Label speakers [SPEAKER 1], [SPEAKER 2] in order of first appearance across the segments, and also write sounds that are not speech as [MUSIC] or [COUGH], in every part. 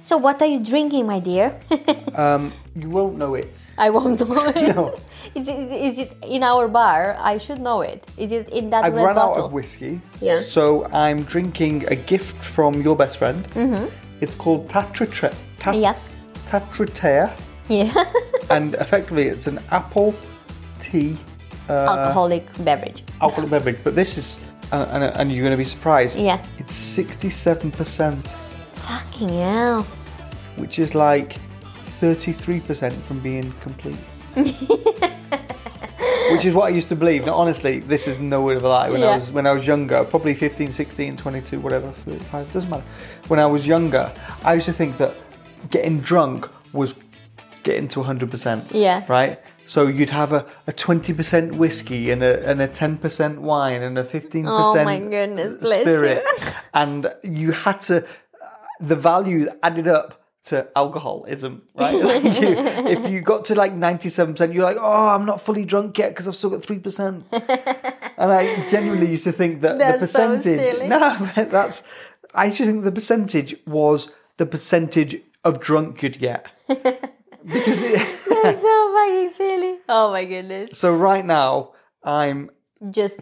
[SPEAKER 1] So, what are you drinking, my dear?
[SPEAKER 2] Um, you won't know it.
[SPEAKER 1] [LAUGHS] I won't know it.
[SPEAKER 2] [LAUGHS] No.
[SPEAKER 1] [LAUGHS] Is it. Is it in our bar? I should know it. Is it in that
[SPEAKER 2] I've
[SPEAKER 1] red
[SPEAKER 2] run out
[SPEAKER 1] bottle?
[SPEAKER 2] of whiskey.
[SPEAKER 1] Yeah.
[SPEAKER 2] So I'm drinking a gift from your best friend. Mm-hmm. It's called Tatrate. Tat-
[SPEAKER 1] Yeah.
[SPEAKER 2] Tatratea. [LAUGHS]
[SPEAKER 1] yeah.
[SPEAKER 2] and effectively, it's an apple tea Uh,
[SPEAKER 1] Alcoholic beverage.
[SPEAKER 2] alcoholic beverage. But this is, and, and, and you're going to be surprised.
[SPEAKER 1] Yeah.
[SPEAKER 2] It's 67%,
[SPEAKER 1] Fucking hell.
[SPEAKER 2] which is like 33% from being complete.
[SPEAKER 1] [LAUGHS]
[SPEAKER 2] Which is what I used to believe. Now, honestly, this is no word of a lie. When
[SPEAKER 1] Yeah.
[SPEAKER 2] I was when I was younger, probably 15, 16, 22, whatever, 35, doesn't matter. When I was younger, I used to think that getting drunk was getting to 100%.
[SPEAKER 1] Yeah.
[SPEAKER 2] Right? So you'd have a, a 20% whiskey and a, and a 10% wine and a 15%
[SPEAKER 1] Oh my goodness, bless you.
[SPEAKER 2] spirit. and you had to, the value added up to alcoholism, right?
[SPEAKER 1] [LAUGHS]
[SPEAKER 2] Like you, if you got to like 97%, you're like, oh, I'm not fully drunk yet because I've still got
[SPEAKER 1] [LAUGHS]
[SPEAKER 2] 3%. and I genuinely used to think that the
[SPEAKER 1] That's so
[SPEAKER 2] percentage.
[SPEAKER 1] silly.
[SPEAKER 2] [LAUGHS] No, but that's, I used to think the percentage was the percentage of drunk you'd
[SPEAKER 1] [LAUGHS]
[SPEAKER 2] get. because it,
[SPEAKER 1] That's so fucking silly. Oh my goodness.
[SPEAKER 2] so right now, I'm
[SPEAKER 1] Just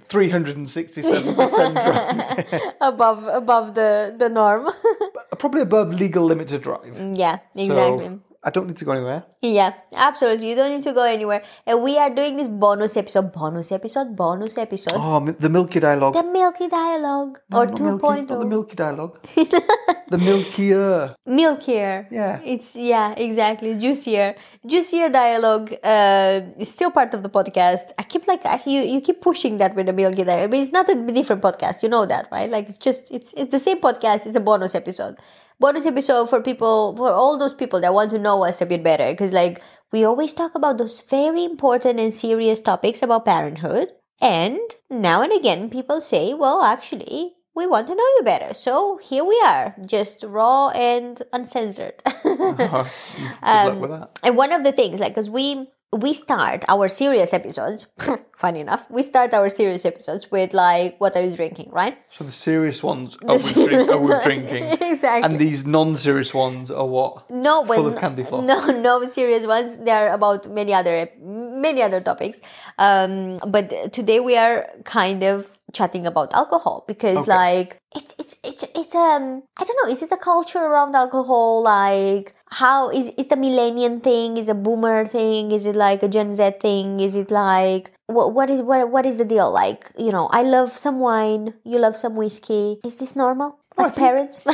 [SPEAKER 1] [LAUGHS]
[SPEAKER 2] 367% drunk,
[SPEAKER 1] above above the, the norm. [LAUGHS]
[SPEAKER 2] probably above legal limit to drive.
[SPEAKER 1] yeah, exactly.
[SPEAKER 2] So I don't need to go anywhere.
[SPEAKER 1] Yeah, absolutely. You don't need to go anywhere. And we are doing this bonus episode, bonus episode, bonus episode.
[SPEAKER 2] Oh, mi- the Milky Dialogue.
[SPEAKER 1] The Milky Dialogue or oh.
[SPEAKER 2] Not
[SPEAKER 1] 2.0.
[SPEAKER 2] milky, not the
[SPEAKER 1] [LAUGHS]
[SPEAKER 2] Milky Dialogue. the Milkier.
[SPEAKER 1] milkier.
[SPEAKER 2] Yeah.
[SPEAKER 1] It's yeah, exactly. Juicier, juicier dialogue. Uh, is still part of the podcast. I keep like I, you, you keep pushing that with the milky dialogue, but it's not a different podcast. You know that, right? Like it's just it's it's the same podcast. It's a bonus episode. Bonus episode for people for all those people that want to know us a bit better, because like we always talk about those very important and serious topics about parenthood. And now and again, people say, well, actually, we want to know you better. So here we are, just raw and uncensored. [LAUGHS]
[SPEAKER 2] Oh, good luck with that.
[SPEAKER 1] and one of the things, like, because we we start our serious episodes, [LAUGHS] funny enough, we start our serious episodes with like, what are you drinking, right?
[SPEAKER 2] So the serious ones are with, drink,
[SPEAKER 1] [LAUGHS]
[SPEAKER 2] are with drinking.
[SPEAKER 1] exactly.
[SPEAKER 2] And these non-serious ones are what?
[SPEAKER 1] no
[SPEAKER 2] Full
[SPEAKER 1] when-
[SPEAKER 2] of candy
[SPEAKER 1] [LAUGHS]
[SPEAKER 2] floss.
[SPEAKER 1] no no serious ones they are about many other many other topics um but today we are kind of chatting about alcohol because
[SPEAKER 2] Okay.
[SPEAKER 1] like it's it's it's it's um i don't know is it the culture around alcohol like how is is the millennium thing is a boomer thing is it like a gen z thing is it like what what is what what is the deal like you know i love some wine you love some whiskey is this normal as parents [LAUGHS]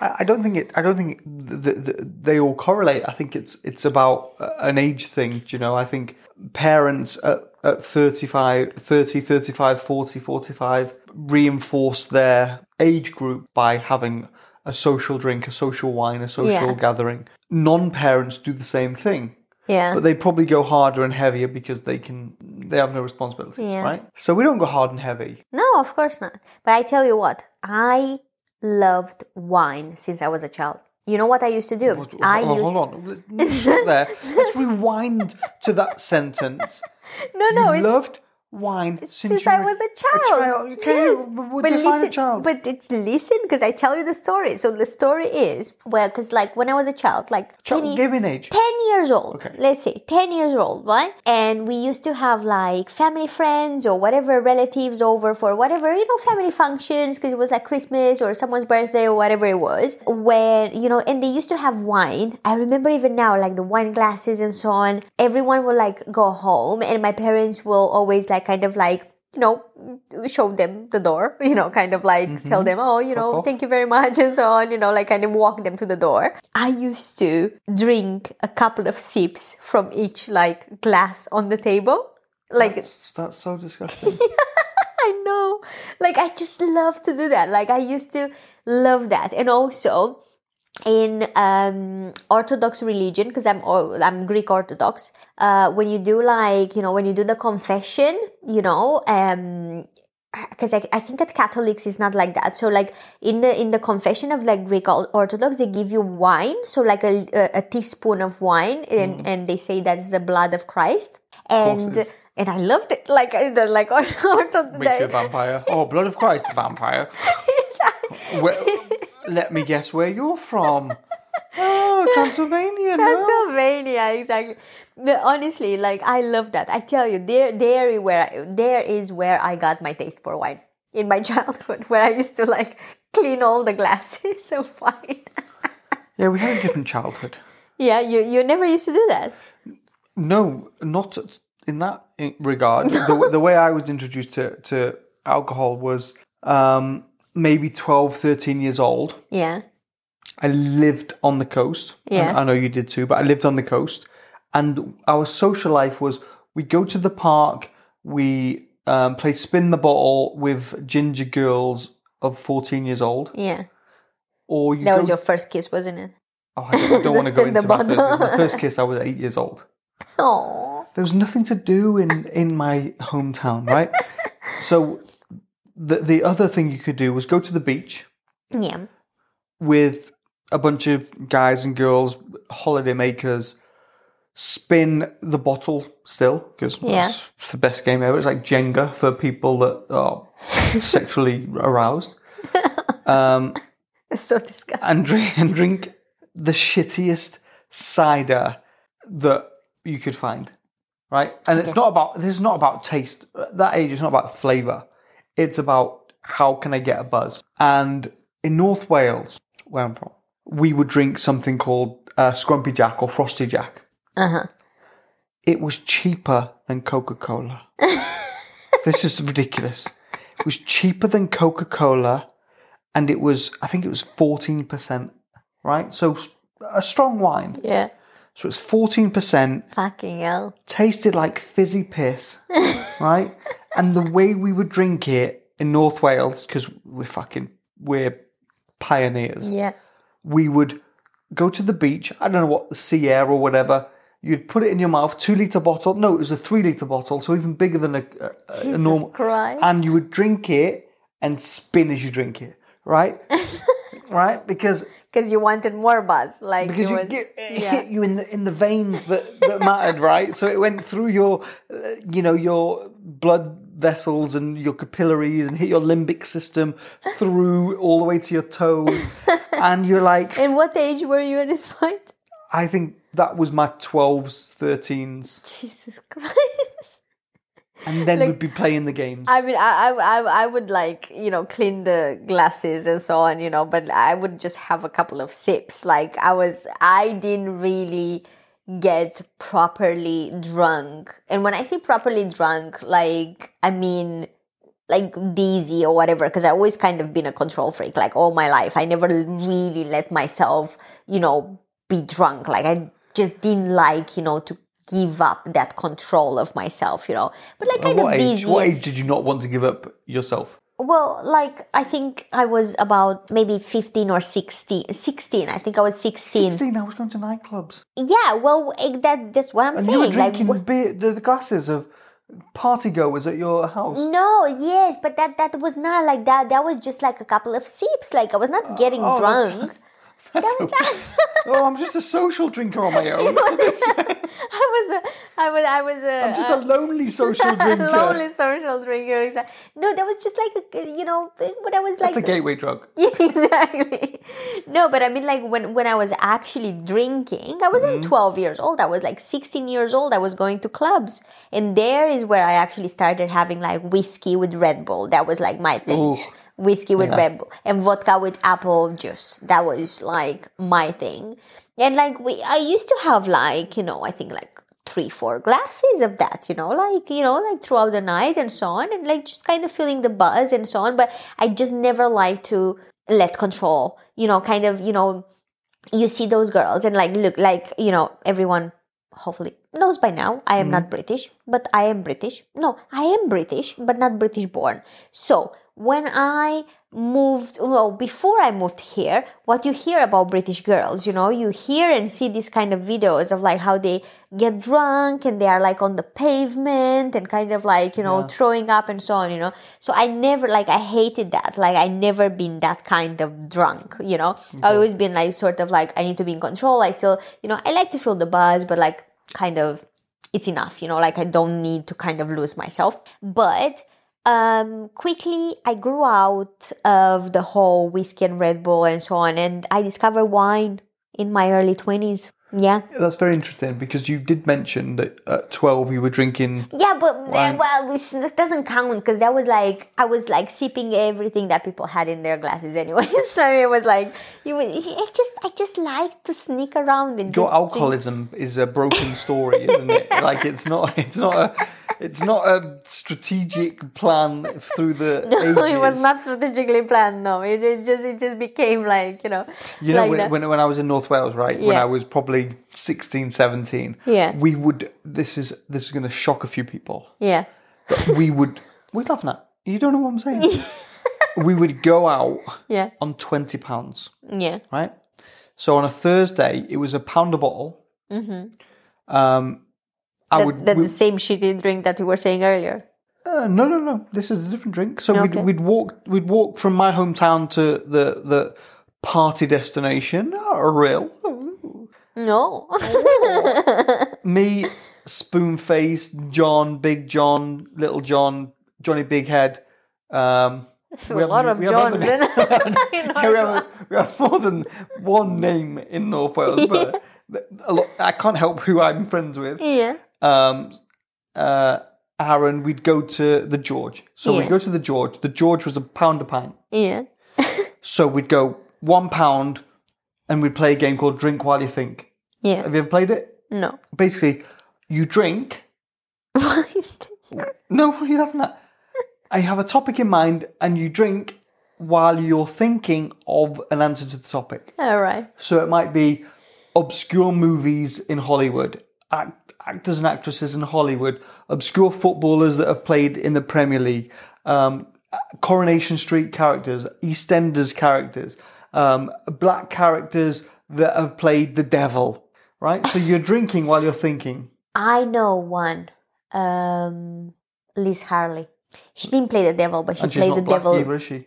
[SPEAKER 2] I, I don't think it. I don't think it, th th th they all correlate. I think it's it's about uh, an age thing. do You know, I think parents at, at 35, 30, 35, 40, 45 reinforce their age group by having a social drink, a social wine, a social
[SPEAKER 1] Yeah.
[SPEAKER 2] gathering. Non-parents do the same thing.
[SPEAKER 1] yeah
[SPEAKER 2] But they probably go harder and heavier because they can they have no responsibilities,
[SPEAKER 1] Yeah.
[SPEAKER 2] right? So we don't go hard and heavy.
[SPEAKER 1] No, of course not. But I tell you what, I loved wine since I was a child. You know what I used to do? I
[SPEAKER 2] oh,
[SPEAKER 1] used
[SPEAKER 2] hold
[SPEAKER 1] [LAUGHS]
[SPEAKER 2] on. Let's stop there. Let's rewind to that
[SPEAKER 1] [LAUGHS]
[SPEAKER 2] sentence.
[SPEAKER 1] no, no,
[SPEAKER 2] you
[SPEAKER 1] Oh, it's
[SPEAKER 2] loved wine since,
[SPEAKER 1] since
[SPEAKER 2] you
[SPEAKER 1] I
[SPEAKER 2] were
[SPEAKER 1] was a child.
[SPEAKER 2] child. Can you b- b- define a
[SPEAKER 1] listen,
[SPEAKER 2] child?
[SPEAKER 1] But it's listen, because I tell you the story. So the story is well, because like when I was a child, like
[SPEAKER 2] Child
[SPEAKER 1] 10
[SPEAKER 2] giving age.
[SPEAKER 1] 10 years old,
[SPEAKER 2] Okay.
[SPEAKER 1] let's say 10 years old, right? And we used to have like family friends or whatever relatives over for whatever, you know, family functions because it was like Christmas or someone's birthday or whatever it was. When, you know, and they used to have wine. I remember even now, like the wine glasses and so on. Everyone would like go home and my parents will always like kind of like, you know, show them the door, [LAUGHS] you know, kind of like tell them, oh, you know,
[SPEAKER 2] off.
[SPEAKER 1] thank you very much [LAUGHS] and so on, you know, like kind of walk them to the door. I used to drink a couple of sips from each like glass on the table. Like
[SPEAKER 2] That's, [LAUGHS] that's so
[SPEAKER 1] [LAUGHS]
[SPEAKER 2] disgusting.
[SPEAKER 1] I know. Like I just love to do that. Like I used to love that. And also in um Orthodox religion, because I'm or- I'm Greek Orthodox, uh when you do like, you know, when you do the confession, you know, um because I, I think that Catholics is not like that. So like in the in the confession of like Greek Or- Orthodox, they give you wine, so like a, a, a teaspoon of wine, and, and they say that's the blood of Christ. And
[SPEAKER 2] Mm. it is.
[SPEAKER 1] and I loved it. Like I don't like [LAUGHS] Orthodox.
[SPEAKER 2] Makes you
[SPEAKER 1] [LAUGHS]
[SPEAKER 2] a vampire. Oh, blood of Christ, vampire.
[SPEAKER 1] It's like- [LAUGHS]
[SPEAKER 2] Where, let me guess where you're from. no, Transylvania. no.
[SPEAKER 1] Transylvania, exactly. But honestly, like I love that. I tell you, there, there, is where there is where I got my taste for wine in my [LAUGHS] childhood, where I used to like clean all the glasses [LAUGHS] of wine.
[SPEAKER 2] Yeah, we had a different childhood.
[SPEAKER 1] yeah, you you never used to do that.
[SPEAKER 2] No, not in that in- regard. the, the way I was introduced to, to alcohol was um, maybe 12, 13 years old.
[SPEAKER 1] Yeah,
[SPEAKER 2] I lived on the coast. and
[SPEAKER 1] Yeah.
[SPEAKER 2] I know you did too, but I lived on the coast. And our social life was we'd go to the park, we um, play spin the bottle with ginger girls of 14 years old.
[SPEAKER 1] yeah.
[SPEAKER 2] Or you
[SPEAKER 1] That
[SPEAKER 2] go
[SPEAKER 1] was your first kiss, wasn't it?
[SPEAKER 2] Oh, I don't,
[SPEAKER 1] [LAUGHS] The
[SPEAKER 2] want to go
[SPEAKER 1] spin the
[SPEAKER 2] into my first,
[SPEAKER 1] bottle.
[SPEAKER 2] my first kiss. I was eight years old.
[SPEAKER 1] Oh,
[SPEAKER 2] There was nothing to do in in my hometown, right? so the the other thing you could do was go to the beach
[SPEAKER 1] yeah,
[SPEAKER 2] with a bunch of guys and girls, holidaymakers, spin the bottle still because
[SPEAKER 1] Yeah.
[SPEAKER 2] that's it's the best game ever. It's like Jenga for people that are sexually aroused, um,
[SPEAKER 1] that's so disgusting.
[SPEAKER 2] [LAUGHS] and drink and drink the shittiest cider that you could find, right? And it's not about this is not about taste. At that age, it's not about flavour. It's about how can I get a buzz. And in North Wales, where I'm from, we would drink something called uh, Scrumpy Jack or Frosty Jack.
[SPEAKER 1] Uh huh.
[SPEAKER 2] It was cheaper than Coca Cola. this is ridiculous. It was cheaper than Coca Cola, and it was I think it was fourteen percent, right? So s- a strong wine.
[SPEAKER 1] Yeah.
[SPEAKER 2] So it's fourteen percent
[SPEAKER 1] Fucking hell.
[SPEAKER 2] tasted like
[SPEAKER 1] [LAUGHS]
[SPEAKER 2] fizzy piss, right? And the way we would drink it in North Wales, because we're fucking, we're pioneers,
[SPEAKER 1] Yeah.
[SPEAKER 2] we would go to the beach, I don't know what, the sea air or whatever, you'd put it in your mouth, two litre bottle, no, it was a three litre bottle, so even bigger than a, a- a
[SPEAKER 1] Jesus
[SPEAKER 2] normal.
[SPEAKER 1] Christ.
[SPEAKER 2] And you would drink it and spin as you drink it,
[SPEAKER 1] [LAUGHS]
[SPEAKER 2] right? right? Because
[SPEAKER 1] Because you wanted more buzz, like it
[SPEAKER 2] because you
[SPEAKER 1] was, [LAUGHS]
[SPEAKER 2] get, it
[SPEAKER 1] yeah.
[SPEAKER 2] [LAUGHS] hit you in the in the veins that, that mattered, right? So it went through your, uh, you know, your blood vessels and your capillaries and hit your limbic system through all the way to
[SPEAKER 1] [LAUGHS]
[SPEAKER 2] your toes, and you're like,
[SPEAKER 1] And what age were you at this point? [LAUGHS]
[SPEAKER 2] I think that was my twelves, thirteens,
[SPEAKER 1] Jesus Christ.
[SPEAKER 2] and then
[SPEAKER 1] Like-
[SPEAKER 2] we'd be playing the games.
[SPEAKER 1] I mean, I, I, I, I would like, you know, clean the glasses and so on, you know, but I would just have a couple of sips. Like, I was, I didn't really get properly drunk. And when I say properly drunk, like, I mean, like dizzy or whatever because i always kind of been a control freak like all my life i never really let myself you know be drunk like i just didn't like you know to give up that control of myself you know but like
[SPEAKER 2] At
[SPEAKER 1] kind
[SPEAKER 2] what
[SPEAKER 1] of
[SPEAKER 2] age?
[SPEAKER 1] dizzy
[SPEAKER 2] What
[SPEAKER 1] and-
[SPEAKER 2] age did you not want to give up yourself?
[SPEAKER 1] well, like I think I was about maybe 15 or 16. 16, I think I was 16.
[SPEAKER 2] Sixteen. I was going to nightclubs,
[SPEAKER 1] Yeah, well, eh, that that's what I'm
[SPEAKER 2] and you were
[SPEAKER 1] saying. Like
[SPEAKER 2] drinking beer, the, the glasses of party goers at your house.
[SPEAKER 1] wh- no, yes, but that that was not like that. That was just like a couple of sips. Like I was not getting
[SPEAKER 2] oh, that's- [LAUGHS]
[SPEAKER 1] drunk.
[SPEAKER 2] That's
[SPEAKER 1] [LAUGHS] was
[SPEAKER 2] okay. oh, I'm just a social drinker on my
[SPEAKER 1] [LAUGHS]
[SPEAKER 2] own.
[SPEAKER 1] I was a, I was I was a,
[SPEAKER 2] I'm [LAUGHS] just a lonely social
[SPEAKER 1] [LAUGHS] a
[SPEAKER 2] drinker.
[SPEAKER 1] lonely social drinker. Exa- No, that was just like eh, you know what I was like.
[SPEAKER 2] That's a gateway drug.
[SPEAKER 1] Yeah, [LAUGHS] exactly. No, but I mean, like when when I was actually drinking, I wasn't twelve years old. I was like sixteen years old. I was going to clubs, and there is where I actually started having like whiskey with Red Bull. That was like my thing.
[SPEAKER 2] Ooh.
[SPEAKER 1] Whiskey with Red Bull and vodka with apple juice. That was like my thing. And like we, I used to have like you know, I think like three four glasses of that you know like you know like throughout the night and so on and like just kind of feeling the buzz and so on but i just never like to let control you know kind of you know you see those girls and like look like you know everyone hopefully knows by now i am not british but i am british no i am british but not british born so when i moved well before i moved here what you hear about british girls you know you hear and see these kind of videos of like how they get drunk and they are like on the pavement and kind of like you know throwing up and so on you know so i never like i hated that like i never been that kind of drunk you know i always been like sort of like i need to be in control i still you know i like to feel the buzz but like kind of it's enough you know like i don't need to kind of lose myself but um quickly i grew out of the whole whiskey and red bull and so on and i discovered wine in my early 20s. Yeah.
[SPEAKER 2] That's very interesting because you did mention that at 12 you were drinking.
[SPEAKER 1] Yeah, but uh,
[SPEAKER 2] Wine.
[SPEAKER 1] well, it's, it doesn't count because that was like I was like sipping everything that people had in their glasses anyway. [LAUGHS] so it was like you. would- I just I just like to sneak around and just
[SPEAKER 2] Your
[SPEAKER 1] drink.
[SPEAKER 2] alcoholism is a broken story,
[SPEAKER 1] [LAUGHS]
[SPEAKER 2] isn't it? Like it's not, it's not a, it's not a strategic plan through the
[SPEAKER 1] [LAUGHS] No, it was
[SPEAKER 2] ages.
[SPEAKER 1] not strategically planned. No, it, it just it just became like you know,
[SPEAKER 2] You know,
[SPEAKER 1] like
[SPEAKER 2] when,
[SPEAKER 1] that.
[SPEAKER 2] when, when I was in North Wales, right? When
[SPEAKER 1] Yeah.
[SPEAKER 2] I was probably 16, 17.
[SPEAKER 1] Yeah.
[SPEAKER 2] We would, this is, this is going to shock a few people.
[SPEAKER 1] yeah,
[SPEAKER 2] But we would, we're laughing at, you don't know what
[SPEAKER 1] [LAUGHS]
[SPEAKER 2] I'm saying. we would go out
[SPEAKER 1] yeah,
[SPEAKER 2] on 20 pounds.
[SPEAKER 1] yeah,
[SPEAKER 2] right? So on a Thursday, it was a pound a bottle. Mm-hmm. Um, I
[SPEAKER 1] that,
[SPEAKER 2] would
[SPEAKER 1] that
[SPEAKER 2] we-
[SPEAKER 1] the same shitty drink that you were saying earlier.
[SPEAKER 2] uh, no no no. This is a different drink. So
[SPEAKER 1] Okay.
[SPEAKER 2] we'd, we'd walk we'd walk from my hometown to the the party destination. A real
[SPEAKER 1] No, [LAUGHS]
[SPEAKER 2] me, spoon face, John, Big John, Little John, Johnny Big Head. Um, we
[SPEAKER 1] a
[SPEAKER 2] have-
[SPEAKER 1] lot of
[SPEAKER 2] we have other
[SPEAKER 1] Johns.
[SPEAKER 2] names.
[SPEAKER 1] [LAUGHS] in-
[SPEAKER 2] we, have, we have more than one name in North Wales, but a lot, I can't help who I'm friends with.
[SPEAKER 1] yeah,
[SPEAKER 2] um, uh, Aaron, we'd go to the George. So
[SPEAKER 1] Yeah.
[SPEAKER 2] we'd go to the George. The George was a pound a pint.
[SPEAKER 1] yeah,
[SPEAKER 2] So we'd go one pound and we'd play a game called Drink While You Think.
[SPEAKER 1] yeah.
[SPEAKER 2] Have you ever played it?
[SPEAKER 1] No, [LAUGHS]
[SPEAKER 2] Basically, you drink. No, [LAUGHS] what are you laughing at? I have a topic in mind and you drink while you're thinking of an answer to the topic.
[SPEAKER 1] all right.
[SPEAKER 2] So it might be obscure movies in Hollywood, act, actors and actresses in Hollywood, obscure footballers that have played in the Premier League, um, Coronation Street characters, EastEnders characters, um, black characters that have played the devil. Right? So you're drinking while you're thinking.
[SPEAKER 1] I know one. Um, Liz Harley. She didn't play the devil, but she
[SPEAKER 2] And Oh, she's
[SPEAKER 1] played
[SPEAKER 2] not
[SPEAKER 1] the
[SPEAKER 2] black
[SPEAKER 1] devil.
[SPEAKER 2] either, is she?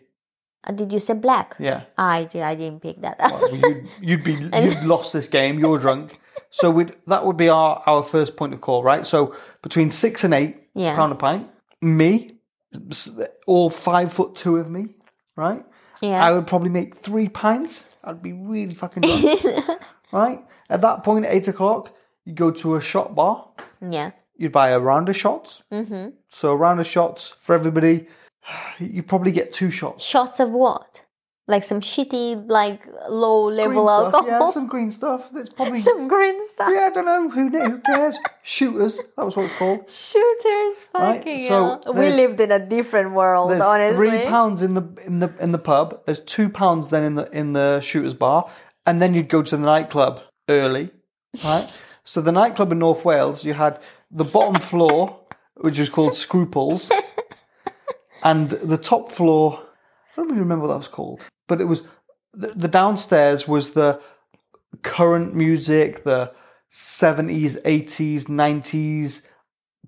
[SPEAKER 1] Uh, Did you say black?
[SPEAKER 2] Yeah.
[SPEAKER 1] I di- I didn't pick that up.
[SPEAKER 2] Well, you'd, you'd be you'd lost this game. You're drunk. So we'd, that would be our, our first point of call, right? So between six and eight
[SPEAKER 1] [LAUGHS] Yeah.
[SPEAKER 2] pound a pint. Me, s- all five foot two of me, right?
[SPEAKER 1] yeah.
[SPEAKER 2] I would probably make three pints. I'd be really fucking drunk, right? At that point, at eight o'clock, you go to a shot bar.
[SPEAKER 1] [LAUGHS] yeah.
[SPEAKER 2] You'd buy a round of shots. Mm-hmm. So a round of shots for everybody. [SIGHS] You probably get two shots.
[SPEAKER 1] Shots of what? Like some shitty, like low level
[SPEAKER 2] Green stuff,
[SPEAKER 1] alcohol.
[SPEAKER 2] yeah, some green stuff. That's
[SPEAKER 1] [LAUGHS]
[SPEAKER 2] probably
[SPEAKER 1] some green stuff.
[SPEAKER 2] Yeah, I don't know. Who kn- who cares? Shooters. That was what it's called.
[SPEAKER 1] Shooters,
[SPEAKER 2] Right,
[SPEAKER 1] fucking
[SPEAKER 2] so
[SPEAKER 1] hell. We
[SPEAKER 2] there's-
[SPEAKER 1] lived in a different world,
[SPEAKER 2] There's
[SPEAKER 1] honestly.
[SPEAKER 2] three pounds in the in the in the pub. There's two pounds then in the in the shooters bar, and then you'd go to the nightclub early, right? so the nightclub in North Wales, you had the bottom floor, which was called Scruples, and the top floor. I don't really remember what that was called, but it was the, the downstairs was the current music, the 70s, 80s, 90s.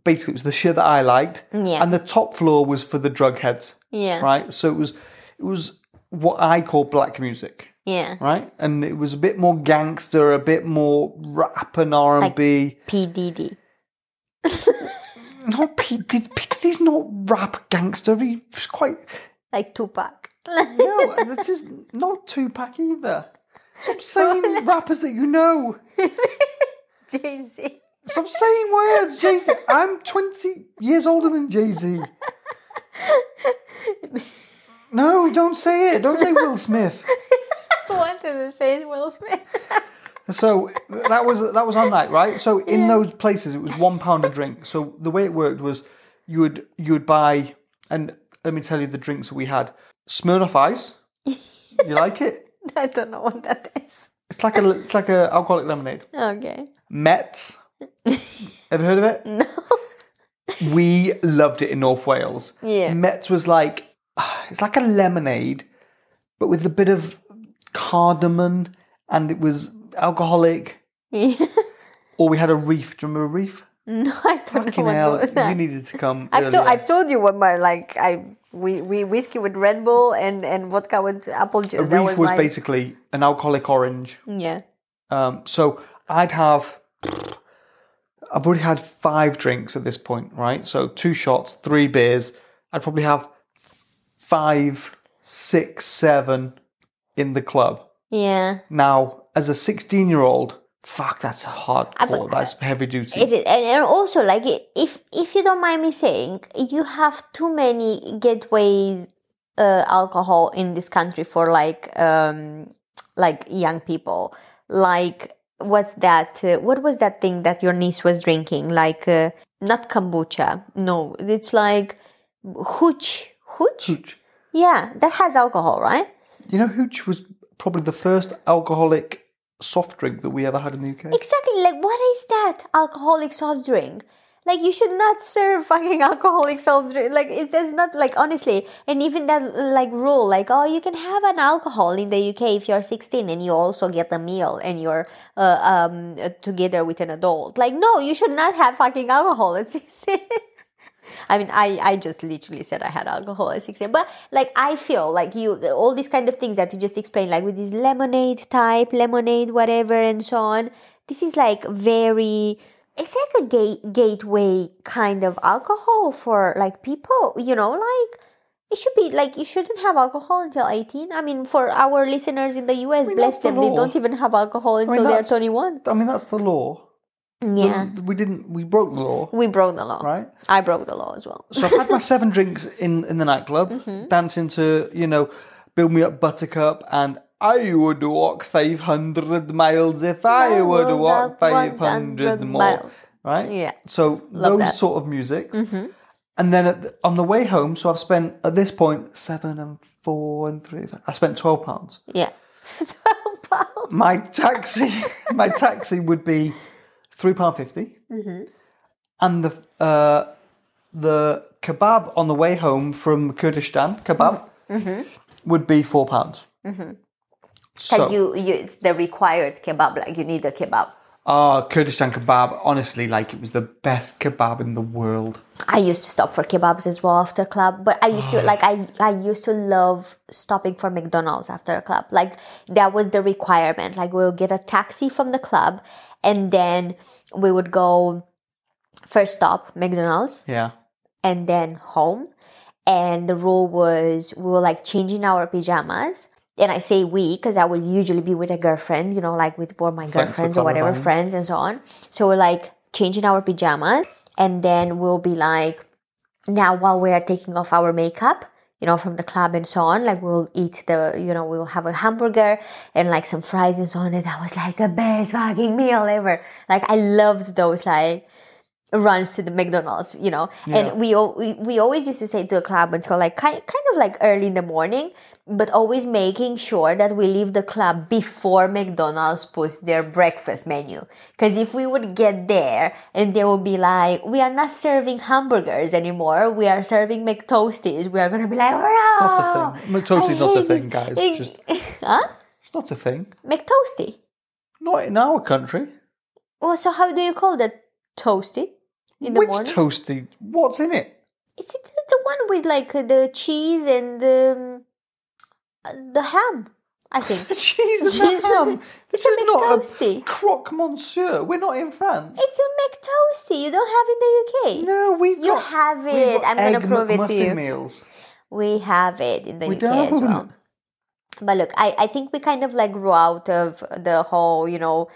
[SPEAKER 2] Basically, it was the shit that I liked.
[SPEAKER 1] Yeah.
[SPEAKER 2] And the top floor was for the drug heads,
[SPEAKER 1] yeah.
[SPEAKER 2] right? So it was, it was what I call black music,
[SPEAKER 1] Yeah.
[SPEAKER 2] right? And it was a bit more gangster, a bit more rap and R and B.
[SPEAKER 1] PDD.
[SPEAKER 2] No, P did P Diddy's not rap gangster. He was quite
[SPEAKER 1] Like Tupac. [LAUGHS]
[SPEAKER 2] no. [LAUGHS] this is not Tupac either. Stop saying rappers that you know.
[SPEAKER 1] Jay Z. [LAUGHS]
[SPEAKER 2] Stop saying words, Jay Z. I'm 20 years older than Jay Z. No, don't say it. Don't say Will Smith.
[SPEAKER 1] wanted to say Will Smith. [LAUGHS]
[SPEAKER 2] So that was that was our night, right? So in those places, it was one pound a drink. So the way it worked was you would you would buy, and let me tell you the drinks that we had: Smirnoff Ice. You like it?
[SPEAKER 1] I don't know what that is.
[SPEAKER 2] It's like a it's like a alcoholic lemonade.
[SPEAKER 1] Okay. [LAUGHS]
[SPEAKER 2] Met. Ever heard of it? No. We loved it in North Wales.
[SPEAKER 1] Yeah.
[SPEAKER 2] Met was like [SIGHS] ah, it's like a lemonade, but with a bit of cardamom, and it was alcoholic.
[SPEAKER 1] Yeah.
[SPEAKER 2] Or we had a reef. Do you remember a reef?
[SPEAKER 1] No, I don't know
[SPEAKER 2] Fucking
[SPEAKER 1] what
[SPEAKER 2] hell,
[SPEAKER 1] was
[SPEAKER 2] you
[SPEAKER 1] that.
[SPEAKER 2] needed to come.
[SPEAKER 1] Oh [LAUGHS] I've told
[SPEAKER 2] earlier.
[SPEAKER 1] I've told you what my like I we, we whiskey with Red Bull and and vodka with apple juice.
[SPEAKER 2] a
[SPEAKER 1] that
[SPEAKER 2] reef
[SPEAKER 1] was,
[SPEAKER 2] was,
[SPEAKER 1] my
[SPEAKER 2] basically an alcoholic orange.
[SPEAKER 1] yeah
[SPEAKER 2] Um, so I'd have. I've already had five drinks at this point, right? So two shots, three beers. I'd probably have five, six, seven in the club.
[SPEAKER 1] Yeah.
[SPEAKER 2] Now, as a 16 year old, fuck, that's
[SPEAKER 1] but-
[SPEAKER 2] hardcore. that's heavy duty.
[SPEAKER 1] It is, and and also like i- if if you don't mind me saying, you have too many gateway uh, alcohol in this country for like um like young people. Like what's that? Uh, what was that thing that your niece was drinking? Like uh, not kombucha. No, it's like hooch, hooch.
[SPEAKER 2] Hooch.
[SPEAKER 1] Yeah, that has alcohol, right?
[SPEAKER 2] You know, hooch was probably the first alcoholic soft drink that we ever had in the UK.
[SPEAKER 1] Exactly. Like, what is that alcoholic soft drink? Like, you should not serve [LAUGHS] fucking alcoholic soft drink. Like, it does not, like, honestly. And even that, like, rule, like, oh, you can have an alcohol in the UK if you're 16 and you also get a meal and you're uh, um, uh, together with an adult. Like, no, you should not have fucking alcohol at [LAUGHS] 16. I mean, I, I just literally said I had alcohol at 16. But, like, I feel like you, all these kind of things that you just explained, like with this lemonade type, lemonade, whatever, and so on, this is like very, it's like a gate, gateway kind of alcohol for like people, you know, like, it should be like you shouldn't have alcohol until 18. I mean, for our listeners in the US,
[SPEAKER 2] mean,
[SPEAKER 1] bless
[SPEAKER 2] that's the
[SPEAKER 1] them, they
[SPEAKER 2] law.
[SPEAKER 1] don't even have alcohol until they're
[SPEAKER 2] that's-
[SPEAKER 1] 21.
[SPEAKER 2] I mean, that's the law.
[SPEAKER 1] Yeah.
[SPEAKER 2] We didn't, we broke the law,
[SPEAKER 1] We broke the law.
[SPEAKER 2] right?
[SPEAKER 1] I broke the law as well.
[SPEAKER 2] So I've had my seven drinks in, in the nightclub,
[SPEAKER 1] Mm-hmm.
[SPEAKER 2] dancing to, you know, Build Me Up Buttercup and I would walk 500 miles if I,
[SPEAKER 1] I
[SPEAKER 2] would
[SPEAKER 1] would
[SPEAKER 2] walk
[SPEAKER 1] walk
[SPEAKER 2] 500
[SPEAKER 1] 100
[SPEAKER 2] more.
[SPEAKER 1] miles.
[SPEAKER 2] Right?
[SPEAKER 1] Yeah.
[SPEAKER 2] So
[SPEAKER 1] Love
[SPEAKER 2] those
[SPEAKER 1] that. Mm-hmm.
[SPEAKER 2] sort of musics. And then at the, on the way home, so I've spent at this point seven and four and three. I spent twelve pounds.
[SPEAKER 1] Yeah. [LAUGHS] 12 pounds.
[SPEAKER 2] My taxi, [LAUGHS] my taxi would be three pound 50
[SPEAKER 1] Mm-hmm.
[SPEAKER 2] and the uh, the kebab on the way home from Kurdistan kebab
[SPEAKER 1] Mm-hmm.
[SPEAKER 2] would be four pounds.
[SPEAKER 1] Because
[SPEAKER 2] So
[SPEAKER 1] Mm-hmm. you, you, it's the required kebab, like you need a kebab.
[SPEAKER 2] ah, Kurdistan kebab. Honestly, like it was the best kebab in the world.
[SPEAKER 1] I used to stop for kebabs as well after club, but I used to
[SPEAKER 2] Ah.
[SPEAKER 1] like I I used to love stopping for McDonald's after a club. Like that was the requirement. Like we'll get a taxi from the club, and then we would go first stop McDonald's,
[SPEAKER 2] Yeah,
[SPEAKER 1] and then home. And the rule was we were like changing our pajamas. And I say we because I would usually be with a girlfriend, you know, like with or my
[SPEAKER 2] for
[SPEAKER 1] girlfriends or whatever,
[SPEAKER 2] clarifying.
[SPEAKER 1] friends and so on. So we're like changing our pajamas. And then we'll be like, now while we are taking off our makeup, you know, from the club and so on, like we'll eat the, you know, we'll have a hamburger and like some fries and so on. And that was like the best fucking meal ever. Like I loved those, like, runs to the McDonald's, you know.
[SPEAKER 2] Yeah.
[SPEAKER 1] And we, al- we we always used to stay to the club until like kind, kind of like early in the morning, but always making sure that we leave the club before McDonald's puts their breakfast menu. Because if we would get there and they would be like, we are not serving hamburgers anymore, we are serving McToasties, we are going to be like, wow.
[SPEAKER 2] not the thing. McToasty's not the thing, guys. Just
[SPEAKER 1] [LAUGHS] huh?
[SPEAKER 2] it's not the thing.
[SPEAKER 1] McToasty.
[SPEAKER 2] Not in our country.
[SPEAKER 1] Well, so how do you call that? Toasty? In the
[SPEAKER 2] Which
[SPEAKER 1] morning?
[SPEAKER 2] toasty? What's in it? [LAUGHS]
[SPEAKER 1] It's it the one with like uh, the cheese and the um, the ham? I
[SPEAKER 2] [LAUGHS]
[SPEAKER 1] think
[SPEAKER 2] Jeez,
[SPEAKER 1] It's
[SPEAKER 2] Jeez
[SPEAKER 1] a- [LAUGHS] it's
[SPEAKER 2] this
[SPEAKER 1] a
[SPEAKER 2] is not a
[SPEAKER 1] McToasty.
[SPEAKER 2] croque monsieur. We're not in France.
[SPEAKER 1] it's a McToasty. You don't have in the UK.
[SPEAKER 2] no, we've
[SPEAKER 1] you
[SPEAKER 2] got,
[SPEAKER 1] have
[SPEAKER 2] we've
[SPEAKER 1] it. I'm
[SPEAKER 2] got
[SPEAKER 1] gonna
[SPEAKER 2] egg
[SPEAKER 1] prove it to
[SPEAKER 2] McMuffin
[SPEAKER 1] you.
[SPEAKER 2] Meals.
[SPEAKER 1] We have it in the
[SPEAKER 2] We
[SPEAKER 1] UK
[SPEAKER 2] don't.
[SPEAKER 1] as well. But look, I, I think we kind of like grew out of the whole, you know,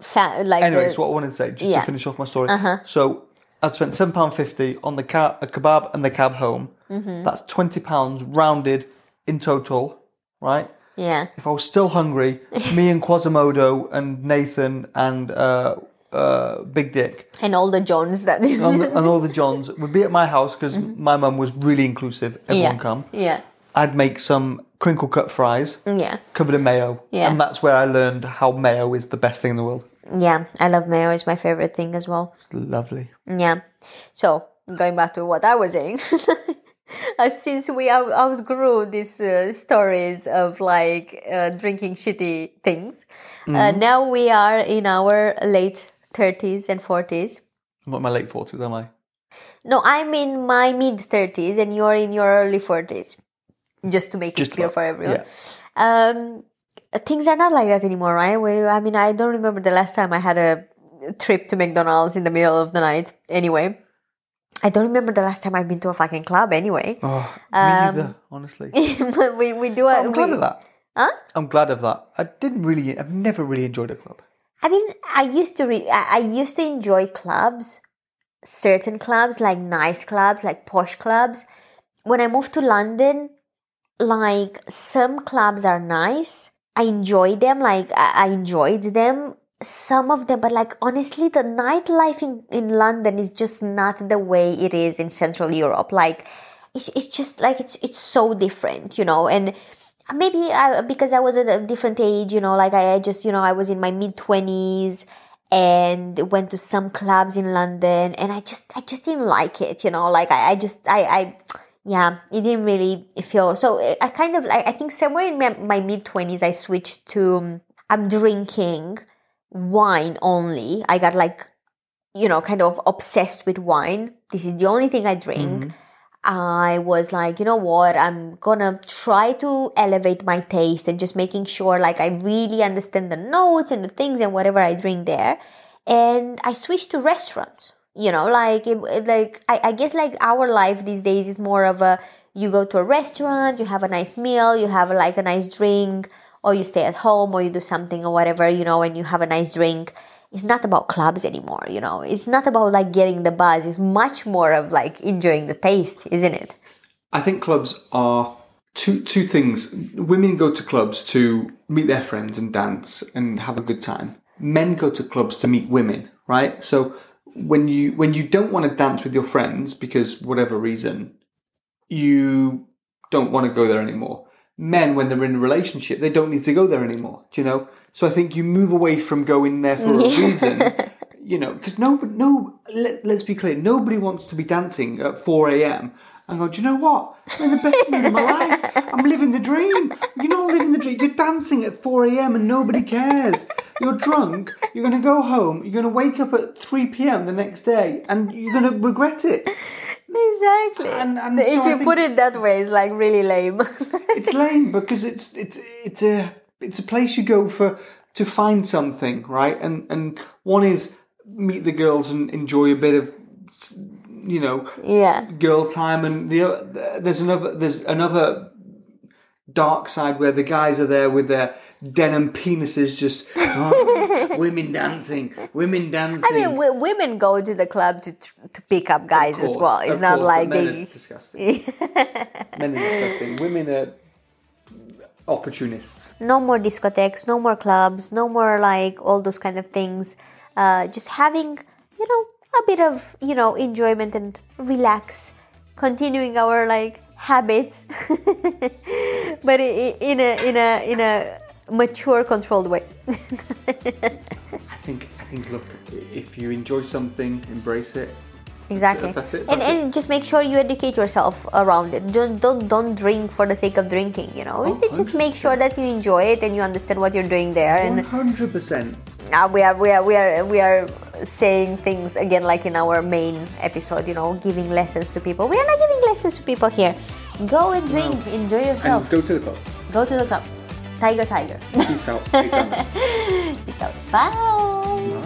[SPEAKER 1] fa- like
[SPEAKER 2] Anyway,
[SPEAKER 1] the-
[SPEAKER 2] it's what I wanted to say, just
[SPEAKER 1] Yeah. Uh-huh.
[SPEAKER 2] to finish off my story. So I'd spent seven pound fifty on the cab, a kebab, and the cab home.
[SPEAKER 1] Mm-hmm.
[SPEAKER 2] That's twenty pounds rounded in total, right?
[SPEAKER 1] yeah.
[SPEAKER 2] If I was still hungry, me and Quasimodo and Nathan and uh, uh, Big Dick
[SPEAKER 1] [LAUGHS] And all the Johns that
[SPEAKER 2] and, the- and all the Johns would be at my house because my mum was really inclusive.
[SPEAKER 1] [LAUGHS]
[SPEAKER 2] Everyone
[SPEAKER 1] Mm-hmm. yeah.
[SPEAKER 2] come.
[SPEAKER 1] yeah.
[SPEAKER 2] I'd make some crinkle cut fries
[SPEAKER 1] Yeah.
[SPEAKER 2] covered in mayo,
[SPEAKER 1] Yeah.
[SPEAKER 2] and that's where I learned how mayo is the best thing in the world.
[SPEAKER 1] Yeah. I love mayo, it's my favorite thing as well.
[SPEAKER 2] It's lovely.
[SPEAKER 1] Yeah. So going back to what I was saying, [LAUGHS] uh, since we out- outgrew these uh, stories of like uh, drinking shitty things, uh,
[SPEAKER 2] Mm-hmm.
[SPEAKER 1] now we are in our late thirties and forties.
[SPEAKER 2] I'm not in my late forties, am I?
[SPEAKER 1] No, I'm in my mid thirties, and you're in your early forties. Just to make
[SPEAKER 2] Just
[SPEAKER 1] it clear
[SPEAKER 2] about,
[SPEAKER 1] for everyone.
[SPEAKER 2] yeah.
[SPEAKER 1] Um, things are not like that anymore, right? We, I mean, I don't remember the last time I had a trip to McDonald's in the middle of the night. Anyway, I don't remember the last time I've been to a fucking club. Anyway, [LAUGHS]
[SPEAKER 2] Oh, me neither, honestly.
[SPEAKER 1] we we do. A,
[SPEAKER 2] I'm glad
[SPEAKER 1] Um, we-
[SPEAKER 2] of that.
[SPEAKER 1] Huh?
[SPEAKER 2] I'm glad of that. I didn't really. I've never really enjoyed a club.
[SPEAKER 1] I mean, I used to re- I, I used to enjoy clubs, certain clubs like nice clubs, like posh clubs. When I moved to London, like some clubs are nice. I enjoy them, like I, I enjoyed them. Some of them, but like honestly, the nightlife in, in London is just not the way it is in Central Europe. Like, it's, it's just like it's it's so different, you know. And maybe I, because I was at a different age, you know, like I, I just, you know, I was in my mid 20s and went to some clubs in London and I just, I just didn't like it, you know, like I, I just, I, I, yeah, it didn't really feel so. uh, I- I kind of, like I think somewhere in my, my mid 20s, I switched to, um, I'm drinking wine only. I got like, you know, kind of obsessed with wine. This is the only thing I drink. I was like, you know what, I'm gonna try to elevate my taste and just making sure like I really understand the notes and the things and whatever I drink there. And I switched to restaurants. You know, like it, it- like I, I guess like our life these days is more of a you go to a restaurant, you have a nice meal, you have like a nice drink, or you stay at home or you do something or whatever, you know, and you have a nice drink it's not about clubs anymore you know it's not about like getting the buzz it's much more of like enjoying the taste isn't it
[SPEAKER 2] I think clubs are two two things. Women go to clubs to meet their friends and dance and have a good time. Men go to clubs to meet women, right? So when you when you don't want to dance with your friends because whatever reason, you don't want to go there anymore. Men, when they're in a relationship, they don't need to go there anymore. Do you know? So I think you move away from going there for a reason. You know, because no, no. Let, let's be clear. Nobody wants to be dancing at four a.m. and go. Do you know what? I'm in the best mood of my life. I'm living the dream. You're not living the dream. You're dancing at four a.m. and nobody cares. You're drunk. You're going to go home. You're going to wake up at three p.m. the next day, and you're going to regret it.
[SPEAKER 1] exactly
[SPEAKER 2] And- and
[SPEAKER 1] if
[SPEAKER 2] so I
[SPEAKER 1] you
[SPEAKER 2] think-
[SPEAKER 1] put it that way it's like really lame
[SPEAKER 2] it's lame because it's it's it's a it's a place you go for to find something right and and one is meet the girls and enjoy a bit of you know
[SPEAKER 1] [LAUGHS] yeah
[SPEAKER 2] girl time and the o- there's another there's another dark side where the guys are there with their denim penises just
[SPEAKER 1] [LAUGHS]
[SPEAKER 2] "Oh, women dancing women dancing
[SPEAKER 1] i mean w- women go to the club to tr- to pick up guys as
[SPEAKER 2] Of
[SPEAKER 1] well
[SPEAKER 2] course,
[SPEAKER 1] it's
[SPEAKER 2] of
[SPEAKER 1] not
[SPEAKER 2] course,
[SPEAKER 1] like
[SPEAKER 2] but men
[SPEAKER 1] they
[SPEAKER 2] are disgusting
[SPEAKER 1] [LAUGHS]
[SPEAKER 2] men are disgusting women are opportunists
[SPEAKER 1] no more discotheques, no more clubs, no more like all those kind of things. Uh, just having, you know, a bit of, you know, enjoyment and relax, continuing our like habits, [LAUGHS] but i- i- in a in a in a mature, controlled way.
[SPEAKER 2] I think I think look, if you enjoy something, embrace it.
[SPEAKER 1] Exactly,
[SPEAKER 2] That's it,
[SPEAKER 1] and
[SPEAKER 2] that's
[SPEAKER 1] and just make sure you educate yourself around it. Don't don't don't drink for the sake of drinking. You know,
[SPEAKER 2] Oh,
[SPEAKER 1] just make sure that you enjoy it and you understand what you're doing there. And
[SPEAKER 2] One hundred percent.
[SPEAKER 1] Now Uh, we are we are we are we are saying things again like in our main episode, you know, giving lessons to people. We are not giving lessons to people here. Go and drink, enjoy
[SPEAKER 2] And
[SPEAKER 1] yourself.
[SPEAKER 2] go to the club.
[SPEAKER 1] Go to the club. Tiger, [LAUGHS] tiger.
[SPEAKER 2] Peace out. Big time.
[SPEAKER 1] Peace out. Bye.